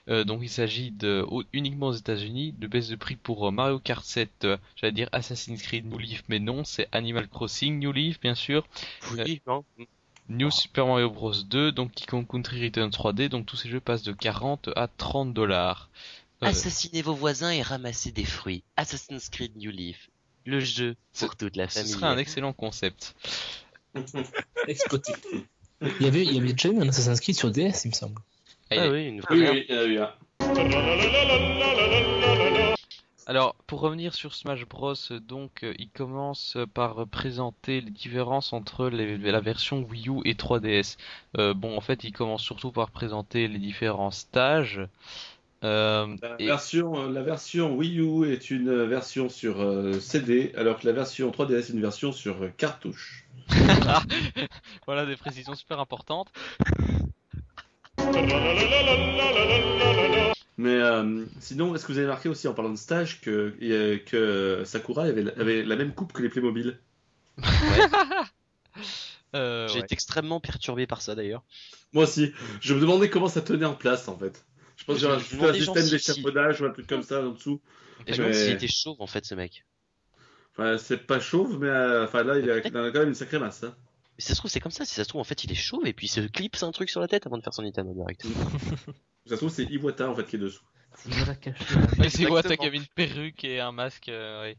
[SPEAKER 1] Euh, donc il s'agit de au- uniquement aux États-Unis de baisse de prix pour euh, Mario Kart 7, euh, j'allais dire Assassin's Creed New Leaf mais non, c'est Animal Crossing New Leaf bien sûr. Euh,
[SPEAKER 8] Oui, non.
[SPEAKER 1] New Super Mario Bros 2 donc Kong Country Return 3D donc tous ces jeux passent de 40 à 30 dollars.
[SPEAKER 8] Assassinez vos voisins et ramassez des fruits. Assassin's Creed New Leaf. Le jeu pour toute la
[SPEAKER 1] Ce
[SPEAKER 8] famille.
[SPEAKER 1] serait un excellent concept.
[SPEAKER 4] Exploité. Il y avait, il y avait déjà eu un Assassin's Creed sur DS, il me semble.
[SPEAKER 8] Ah oui, une
[SPEAKER 7] Oui,
[SPEAKER 8] vraie.
[SPEAKER 7] oui, il y en a eu un.
[SPEAKER 1] Alors, pour revenir sur Smash Bros, euh, donc euh, il commence euh, par euh, présenter les différences entre les- la version Wii U et 3DS. Euh, bon, en fait, il commence surtout par présenter les différents stages. Euh,
[SPEAKER 7] La,
[SPEAKER 1] et-
[SPEAKER 7] version, euh, la version Wii U est une euh, version sur euh, CD, alors que la version 3DS est une version sur euh, cartouche.
[SPEAKER 1] voilà des précisions super importantes.
[SPEAKER 7] Mais euh, sinon, est-ce que vous avez marqué aussi en parlant de stage que, et, euh, que Sakura avait, la- avait la même coupe que les Playmobil
[SPEAKER 1] Euh,
[SPEAKER 8] J'ai été extrêmement perturbé par ça d'ailleurs.
[SPEAKER 7] Moi aussi, je me demandais comment ça tenait en place en fait. Je pense que j'aurais
[SPEAKER 8] Je me
[SPEAKER 7] ajouté un
[SPEAKER 8] demandais
[SPEAKER 7] système
[SPEAKER 8] genre si- si-
[SPEAKER 7] d'échafaudage ou un truc comme ça en dessous.
[SPEAKER 8] Et je me demande
[SPEAKER 7] Mais-
[SPEAKER 8] s'il était chauve en fait ce mec.
[SPEAKER 7] Enfin, c'est pas chauve, mais euh, enfin là, il a, il en a quand même une sacrée masse. hein.
[SPEAKER 8] Mais ça se trouve, c'est comme ça. Si ça se trouve, en fait, il est chauve et puis il se clipse un truc sur la tête avant de faire son Nintendo Direct.
[SPEAKER 7] Ça se trouve, c'est Iwata en fait qui est dessous.
[SPEAKER 1] Mais c'est quoi, t'as qu'avec une perruque et un masque, euh, oui.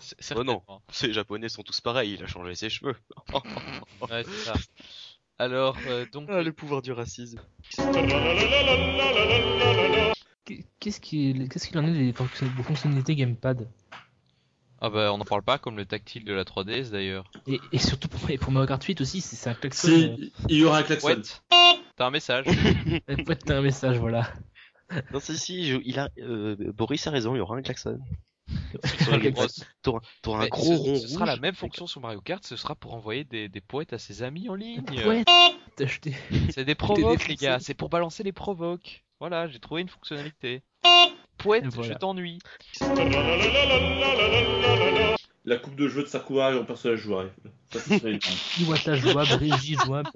[SPEAKER 1] C-
[SPEAKER 8] Oh non, ces japonais sont tous pareils, il a changé ses cheveux.
[SPEAKER 1] ouais, c'est ça. Alors, euh, donc.
[SPEAKER 8] Ah, le pouvoir du racisme.
[SPEAKER 4] Qu'est-ce qu'il qu'est-ce qu'il en est des fonction- des fonctionnalités Gamepad
[SPEAKER 1] Ah bah, on n'en parle pas, comme le tactile de la 3DS d'ailleurs.
[SPEAKER 4] et, et surtout pour, et pour Mario Kart 8 aussi, c'est c'est un klaxon.
[SPEAKER 7] Si, il y aura un klaxon.
[SPEAKER 1] Ouais. T'as un message.
[SPEAKER 4] euh, pour être un message, voilà.
[SPEAKER 8] Non, si, si, je- il a, euh, Boris a raison, il y aura un klaxon.
[SPEAKER 1] Sur les grosses.
[SPEAKER 8] T'auras t'auras un
[SPEAKER 1] Mais
[SPEAKER 8] gros
[SPEAKER 1] ce,
[SPEAKER 8] rond
[SPEAKER 1] ce sera la
[SPEAKER 8] rouge.
[SPEAKER 1] même fonction sur Mario Kart, ce sera pour envoyer des, des poètes à ses amis en ligne.
[SPEAKER 4] Ouais, t'as acheté.
[SPEAKER 1] C'est des provoques,
[SPEAKER 4] défoncé.
[SPEAKER 1] les gars, c'est pour balancer les provoques. Voilà, j'ai trouvé une fonctionnalité. Poète,
[SPEAKER 4] voilà.
[SPEAKER 1] je t'ennuie.
[SPEAKER 7] La coupe de jeu de Sakura en personnage jouable. Ça, ce serait énorme.
[SPEAKER 4] Iwata jouable, Régie jouable.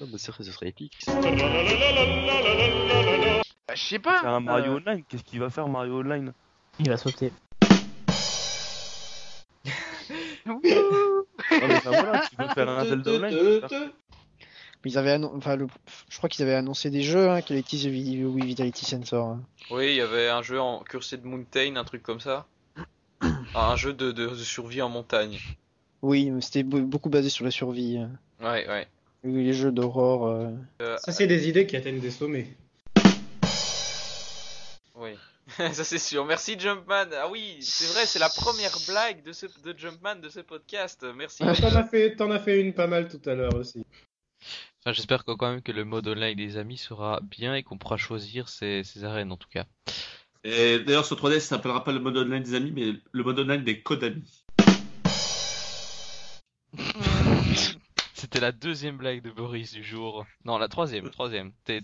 [SPEAKER 8] Non, mais sérieux, ce serait épique.
[SPEAKER 21] Bah, je sais pas.
[SPEAKER 29] C'est un Mario Online, qu'est-ce qu'il va faire Mario Online
[SPEAKER 4] Il va sauter.
[SPEAKER 29] Non, mais enfin, voilà, tu veux faire un Zelda Online tu peux faire-
[SPEAKER 2] Mais ils avaient annon- enfin, le- je crois qu'ils avaient annoncé des jeux hein, qui allaient utiliser le Vidi- Wii Vitality Sensor. hein.
[SPEAKER 28] Oui, il y avait un jeu en Cursed Mountain, un truc comme ça. Ah, un jeu de, de, de survie en montagne.
[SPEAKER 2] Oui, mais c'était be- beaucoup basé sur la survie. hein.
[SPEAKER 28] Ouais, ouais.
[SPEAKER 2] Oui, les jeux d'aurore. euh.
[SPEAKER 29] Ça, c'est des idées qui atteignent des sommets.
[SPEAKER 28] Oui. ça c'est sûr. Merci Jumpman. Ah oui, c'est vrai, c'est la première blague de, ce, de Jumpman de ce podcast. Merci.
[SPEAKER 29] T'en as, fait, t'en as fait une pas mal tout à l'heure aussi.
[SPEAKER 1] Enfin, j'espère que, quand même que le mode online des amis sera bien et qu'on pourra choisir ses, ses arènes en tout cas.
[SPEAKER 7] Et d'ailleurs, sur 3DS, ça s'appellera pas le mode online des amis, mais le mode online des Kodami.
[SPEAKER 1] C'était la deuxième blague de Boris du jour. Non, la troisième, troisième. T'es-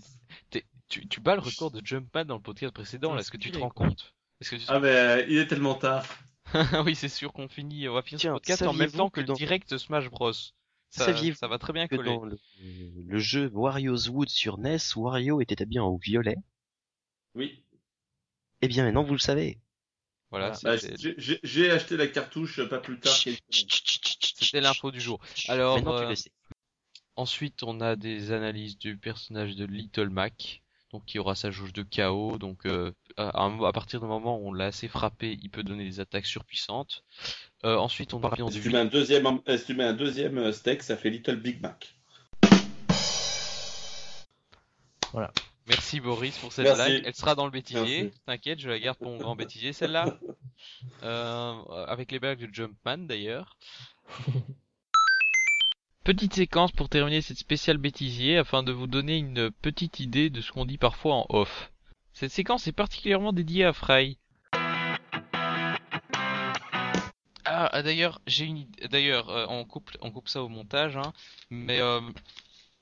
[SPEAKER 1] t'es- tu, tu bats le record de Jumpman dans le podcast précédent, là, est-ce que tu te rends compte Est-ce que tu te
[SPEAKER 7] Ah, mais euh, il est tellement tard.
[SPEAKER 1] oui, c'est sûr qu'on finit, on va finir
[SPEAKER 8] Tiens,
[SPEAKER 1] ce podcast en même
[SPEAKER 8] saviez-vous
[SPEAKER 1] temps que
[SPEAKER 8] que
[SPEAKER 1] le
[SPEAKER 8] dans-
[SPEAKER 1] direct de Smash Bros. Ça,
[SPEAKER 8] Saviez-vous
[SPEAKER 1] ça va très bien
[SPEAKER 8] que
[SPEAKER 1] coller.
[SPEAKER 8] dans le, le jeu Wario's Wood sur NES, Wario était habillé en violet
[SPEAKER 7] Oui.
[SPEAKER 8] Eh bien, maintenant, vous le savez. Ah,
[SPEAKER 1] Voilà,
[SPEAKER 7] Bah,
[SPEAKER 1] c'est-
[SPEAKER 7] j'ai- j'ai j'ai acheté la cartouche euh, pas plus tard. qu'une
[SPEAKER 1] c'était l'info du jour. Alors,
[SPEAKER 8] Maintenant, tu
[SPEAKER 1] euh,
[SPEAKER 8] le sais.
[SPEAKER 1] ensuite, on a des analyses du personnage de Little Mac, donc qui aura sa jauge de KO. Donc, euh, à, un- à partir du moment où on l'a assez frappé, il peut donner des attaques surpuissantes. Euh, ensuite, on parle
[SPEAKER 7] Si
[SPEAKER 1] du
[SPEAKER 7] tu, mets un deuxième, euh, si tu mets un deuxième euh, steak, ça fait Little Big Mac.
[SPEAKER 4] Voilà.
[SPEAKER 1] Merci Boris pour cette
[SPEAKER 7] Merci.
[SPEAKER 1] blague. Elle sera dans le bêtisier.
[SPEAKER 7] Merci.
[SPEAKER 1] T'inquiète, je la garde pour mon grand bêtisier, celle-là. Euh, avec les blagues de Jumpman d'ailleurs. Petite séquence pour terminer cette spéciale bêtisier afin de vous donner une petite idée de ce qu'on dit parfois en off. Cette séquence est particulièrement dédiée à Fry. Ah, ah, d'ailleurs, j'ai une idée- D'ailleurs, euh, on, coupe, on coupe ça au montage, hein, mais euh,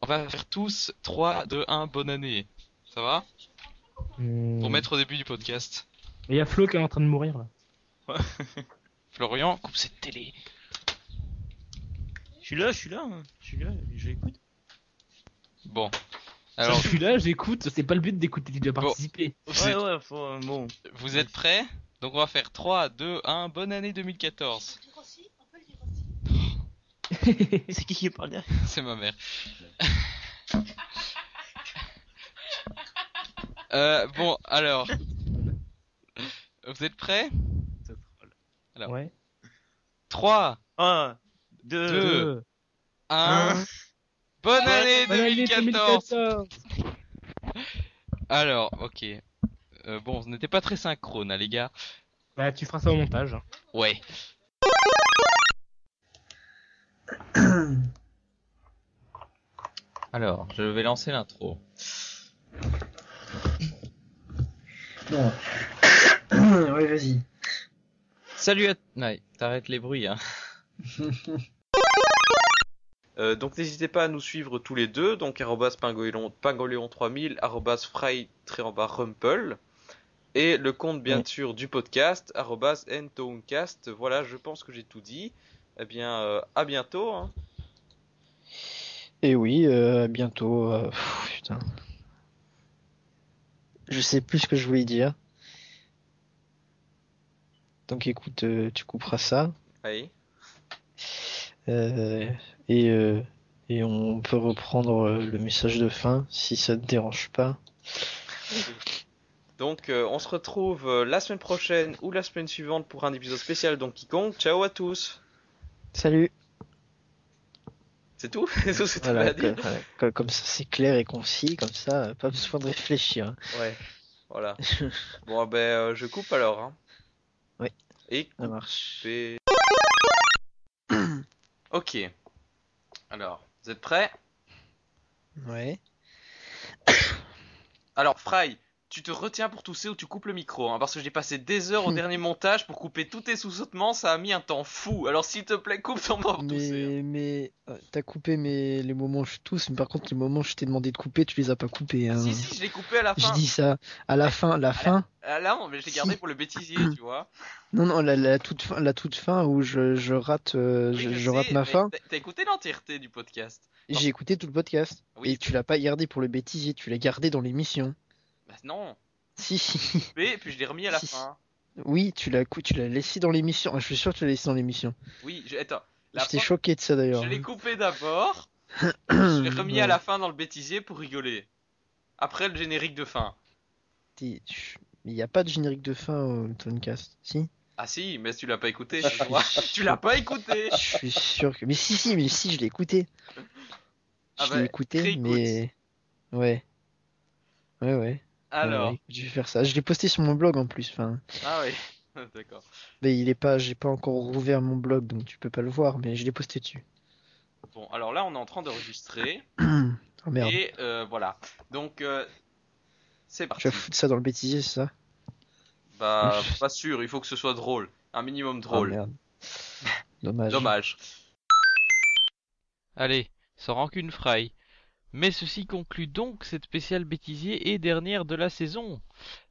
[SPEAKER 1] on va faire tous 3, 2, 1, bonne année. Ça va
[SPEAKER 4] Mm.
[SPEAKER 1] Pour mettre au début du podcast.
[SPEAKER 4] Hmm. Et il y a Flo qui est en train de mourir là.
[SPEAKER 1] Florian, coupe cette télé.
[SPEAKER 21] Je suis là, je suis là, hein. je suis là, j'écoute.
[SPEAKER 1] Bon. Alors,
[SPEAKER 4] Je suis là, j'écoute, c'est pas le but d'écouter, tu dois
[SPEAKER 1] Bon.
[SPEAKER 4] participer.
[SPEAKER 1] vous
[SPEAKER 21] Ouais,
[SPEAKER 1] êtes,
[SPEAKER 21] ouais, faut, euh, bon.
[SPEAKER 1] vous êtes prêts Donc on va faire 3, 2, 1, bonne année 2014.
[SPEAKER 21] C'est qui qui parle là
[SPEAKER 1] C'est ma mère. Euh, bon, alors. Vous êtes prêts Alors.
[SPEAKER 4] Ouais.
[SPEAKER 1] 3,
[SPEAKER 21] 1, 2,
[SPEAKER 1] Deux. 1. Bonne
[SPEAKER 21] Bonne
[SPEAKER 1] année
[SPEAKER 21] année
[SPEAKER 1] 2014 Alors, ok. Euh, bon, on n'était pas très synchrone, hein, les gars.
[SPEAKER 4] Bah, tu feras ça au montage. hein.
[SPEAKER 1] Ouais. Alors, je vais lancer l'intro.
[SPEAKER 30] Non. ouais, vas-y.
[SPEAKER 6] Salut à... Ouais, t'arrêtes les bruits, hein.
[SPEAKER 28] Euh, donc n'hésitez pas à nous suivre tous les deux, donc arrobas pingoléon, 3000, arrobas fry rumpel, et le compte bien sûr du podcast, arrobas ntowncast. Voilà, je pense que j'ai tout dit. Eh bien, euh, à bientôt. hein.
[SPEAKER 2] Et oui, euh, à bientôt. euh, pff, putain. Je sais plus ce que je voulais dire. Donc écoute, euh, tu couperas ça.
[SPEAKER 28] Allez.
[SPEAKER 2] Euh, et, euh, et on peut reprendre euh, le message de fin si ça te dérange pas.
[SPEAKER 28] Donc euh, on se retrouve euh, la semaine prochaine ou la semaine suivante pour un épisode spécial Donkey Kong. Ciao à tous.
[SPEAKER 2] Salut.
[SPEAKER 28] C'est tout C'est tout ce que
[SPEAKER 2] Voilà,
[SPEAKER 28] t'avais à
[SPEAKER 2] comme,
[SPEAKER 28] dire
[SPEAKER 2] voilà, comme- comme ça c'est clair et concis, comme ça, euh, pas besoin de réfléchir. hein.
[SPEAKER 28] Ouais. Voilà. bon ben euh, je coupe alors. Hein.
[SPEAKER 2] Oui.
[SPEAKER 28] Et
[SPEAKER 2] Ça marche.
[SPEAKER 28] couper. ok. Alors, vous êtes prêts
[SPEAKER 2] Ouais.
[SPEAKER 28] Alors Fry, tu te retiens pour tousser ou tu coupes le micro, hein, parce que j'ai passé des heures au dernier montage pour couper tous tes sous-sautements, ça a mis un temps fou. Alors s'il te plaît, coupe ton mort. hein.
[SPEAKER 2] Mais, mais euh, t'as coupé mes, les moments où je tousse, mais par contre, les moments où je t'ai demandé de couper, tu les as pas coupés. Hein.
[SPEAKER 28] Si si, je l'ai coupé à la
[SPEAKER 2] J'ai
[SPEAKER 28] fin.
[SPEAKER 2] dit ça à la fin, la fin.
[SPEAKER 28] Ah là, non, mais je l'ai gardé pour le bêtisier, tu vois.
[SPEAKER 2] Non, non, la, la toute fin, la toute fin où je, je rate, euh, je, je rate
[SPEAKER 28] sais,
[SPEAKER 2] ma
[SPEAKER 28] mais
[SPEAKER 2] fin.
[SPEAKER 28] t'as- T'as écouté l'entièreté du podcast
[SPEAKER 2] J'ai écouté tout le podcast. et tu l'as pas gardé pour le bêtisier, tu l'as gardé dans l'émission.
[SPEAKER 28] Bah non.
[SPEAKER 2] Si, si.
[SPEAKER 28] Coupé, puis je l'ai remis à la fin.
[SPEAKER 2] Oui, tu l'as, cou- tu l'as laissé dans l'émission. Ah, je suis sûr que tu l'as laissé dans l'émission.
[SPEAKER 28] Oui, je... attends. La
[SPEAKER 2] J'étais
[SPEAKER 28] fin-
[SPEAKER 2] choqué de ça d'ailleurs.
[SPEAKER 28] Je l'ai coupé d'abord, je l'ai remis à la fin dans le bêtisier pour rigoler. Après le générique de fin.
[SPEAKER 2] T'es- chut. Mais il n'y a pas de générique de fin au Toncast, si
[SPEAKER 28] Ah si, mais tu l'as pas écouté, tu vois. tu l'as pas écouté.
[SPEAKER 2] Je suis sûr que. Mais si, si, mais si, je l'ai écouté. Je
[SPEAKER 28] Ah
[SPEAKER 2] l'ai
[SPEAKER 28] bah,
[SPEAKER 2] écouté, mais. Ouais. Ouais, ouais.
[SPEAKER 28] Alors.
[SPEAKER 2] Ouais, ouais, je vais faire ça. Je l'ai posté sur mon blog en plus. Enfin,
[SPEAKER 28] Ah oui, d'accord.
[SPEAKER 2] mais il est pas, j'ai pas encore rouvert mon blog, donc tu peux pas le voir, mais je l'ai posté dessus.
[SPEAKER 28] Bon, alors là, on est en train d'enregistrer.
[SPEAKER 2] oh merde.
[SPEAKER 28] Et euh, voilà. Donc, euh, c'est parti.
[SPEAKER 2] Tu vas foutre ça dans le bêtisier, c'est ça Ah,
[SPEAKER 28] Bah, pas sûr, il faut que ce soit drôle. Un minimum drôle.
[SPEAKER 2] merde. Dommage.
[SPEAKER 28] Dommage.
[SPEAKER 1] Allez, sans rancune Fry. Mais ceci conclut donc cette spéciale bêtisier et dernière de la saison.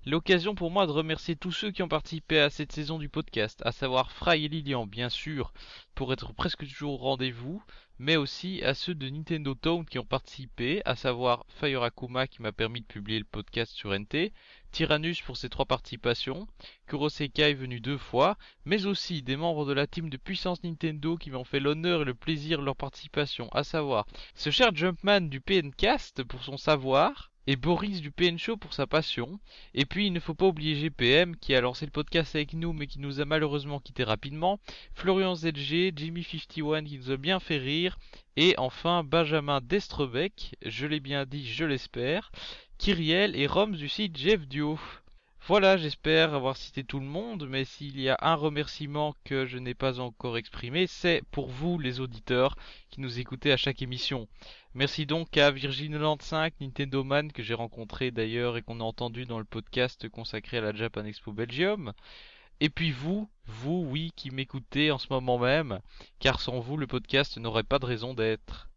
[SPEAKER 1] L'occasion pour moi de remercier tous ceux qui ont participé à cette saison du podcast, à savoir Fry et Lilian bien sûr, pour être presque toujours au rendez-vous, mais aussi à ceux de Nintendo Town qui ont participé, à savoir Fire Akuma qui m'a permis de publier le podcast sur NT, Tyrannus pour ses trois participations, Kurosekai venu deux fois, mais aussi des membres de la team de puissance Nintendo qui m'ont fait l'honneur et le plaisir de leur participation, à savoir ce cher Jumpman du PNcast pour son savoir, et Boris du PN Show pour sa passion, et puis il ne faut pas oublier GPM qui a lancé le podcast avec nous mais qui nous a malheureusement quitté rapidement, Florian ZG, Jimmy51 qui nous a bien fait rire, et enfin Benjamin Destrebec, je l'ai bien dit, je l'espère, Kyriel et Roms du site Jeff Duo. Voilà, j'espère avoir cité tout le monde, mais s'il y a un remerciement que je n'ai pas encore exprimé, c'est pour vous, les auditeurs, qui nous écoutez à chaque émission. Merci donc à Virgin95, Nintendo Man, que j'ai rencontré d'ailleurs et qu'on a entendu dans le podcast consacré à la Japan Expo Belgium. Et puis vous, vous, oui, qui m'écoutez en ce moment même, car sans vous, le podcast n'aurait pas de raison d'être.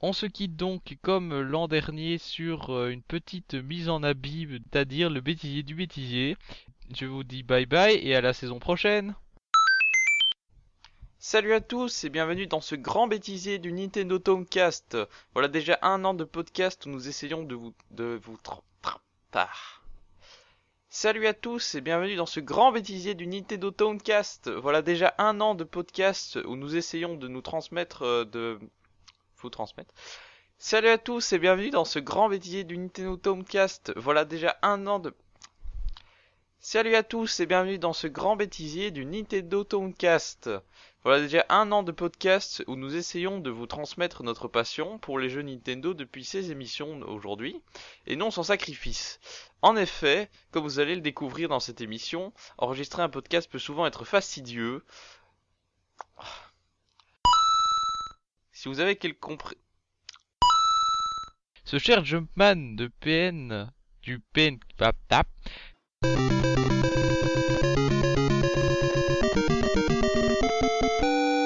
[SPEAKER 1] On se quitte donc comme l'an dernier sur euh, une petite mise en abîme, c'est-à-dire le bêtisier du bêtisier. Je vous dis bye bye et à la saison prochaine.
[SPEAKER 28] Salut à tous et bienvenue dans ce grand bêtisier du Nintendo Tomcast. Voilà déjà un an de podcast où nous essayons de vous... de vous... tra- tra- tar. Salut à tous et bienvenue dans ce grand bêtisier du Nintendo Tomcast. Voilà déjà un an de podcast où nous essayons de nous transmettre euh, de... vous transmettre. Salut à tous et bienvenue dans ce grand bêtisier du Nintendo Tomcast. Voilà déjà un an de... Salut à tous et bienvenue dans ce grand bêtisier du Nintendo Tomcast. Voilà déjà un an de podcast où nous essayons de vous transmettre notre passion pour les jeux Nintendo depuis ces émissions aujourd'hui, et non sans sacrifice. En effet, comme vous allez le découvrir dans cette émission, enregistrer un podcast peut souvent être fastidieux. Si vous avez quelque compris...
[SPEAKER 1] bah, Ce cher Jumpman de PN, du PN,
[SPEAKER 31] Thank you.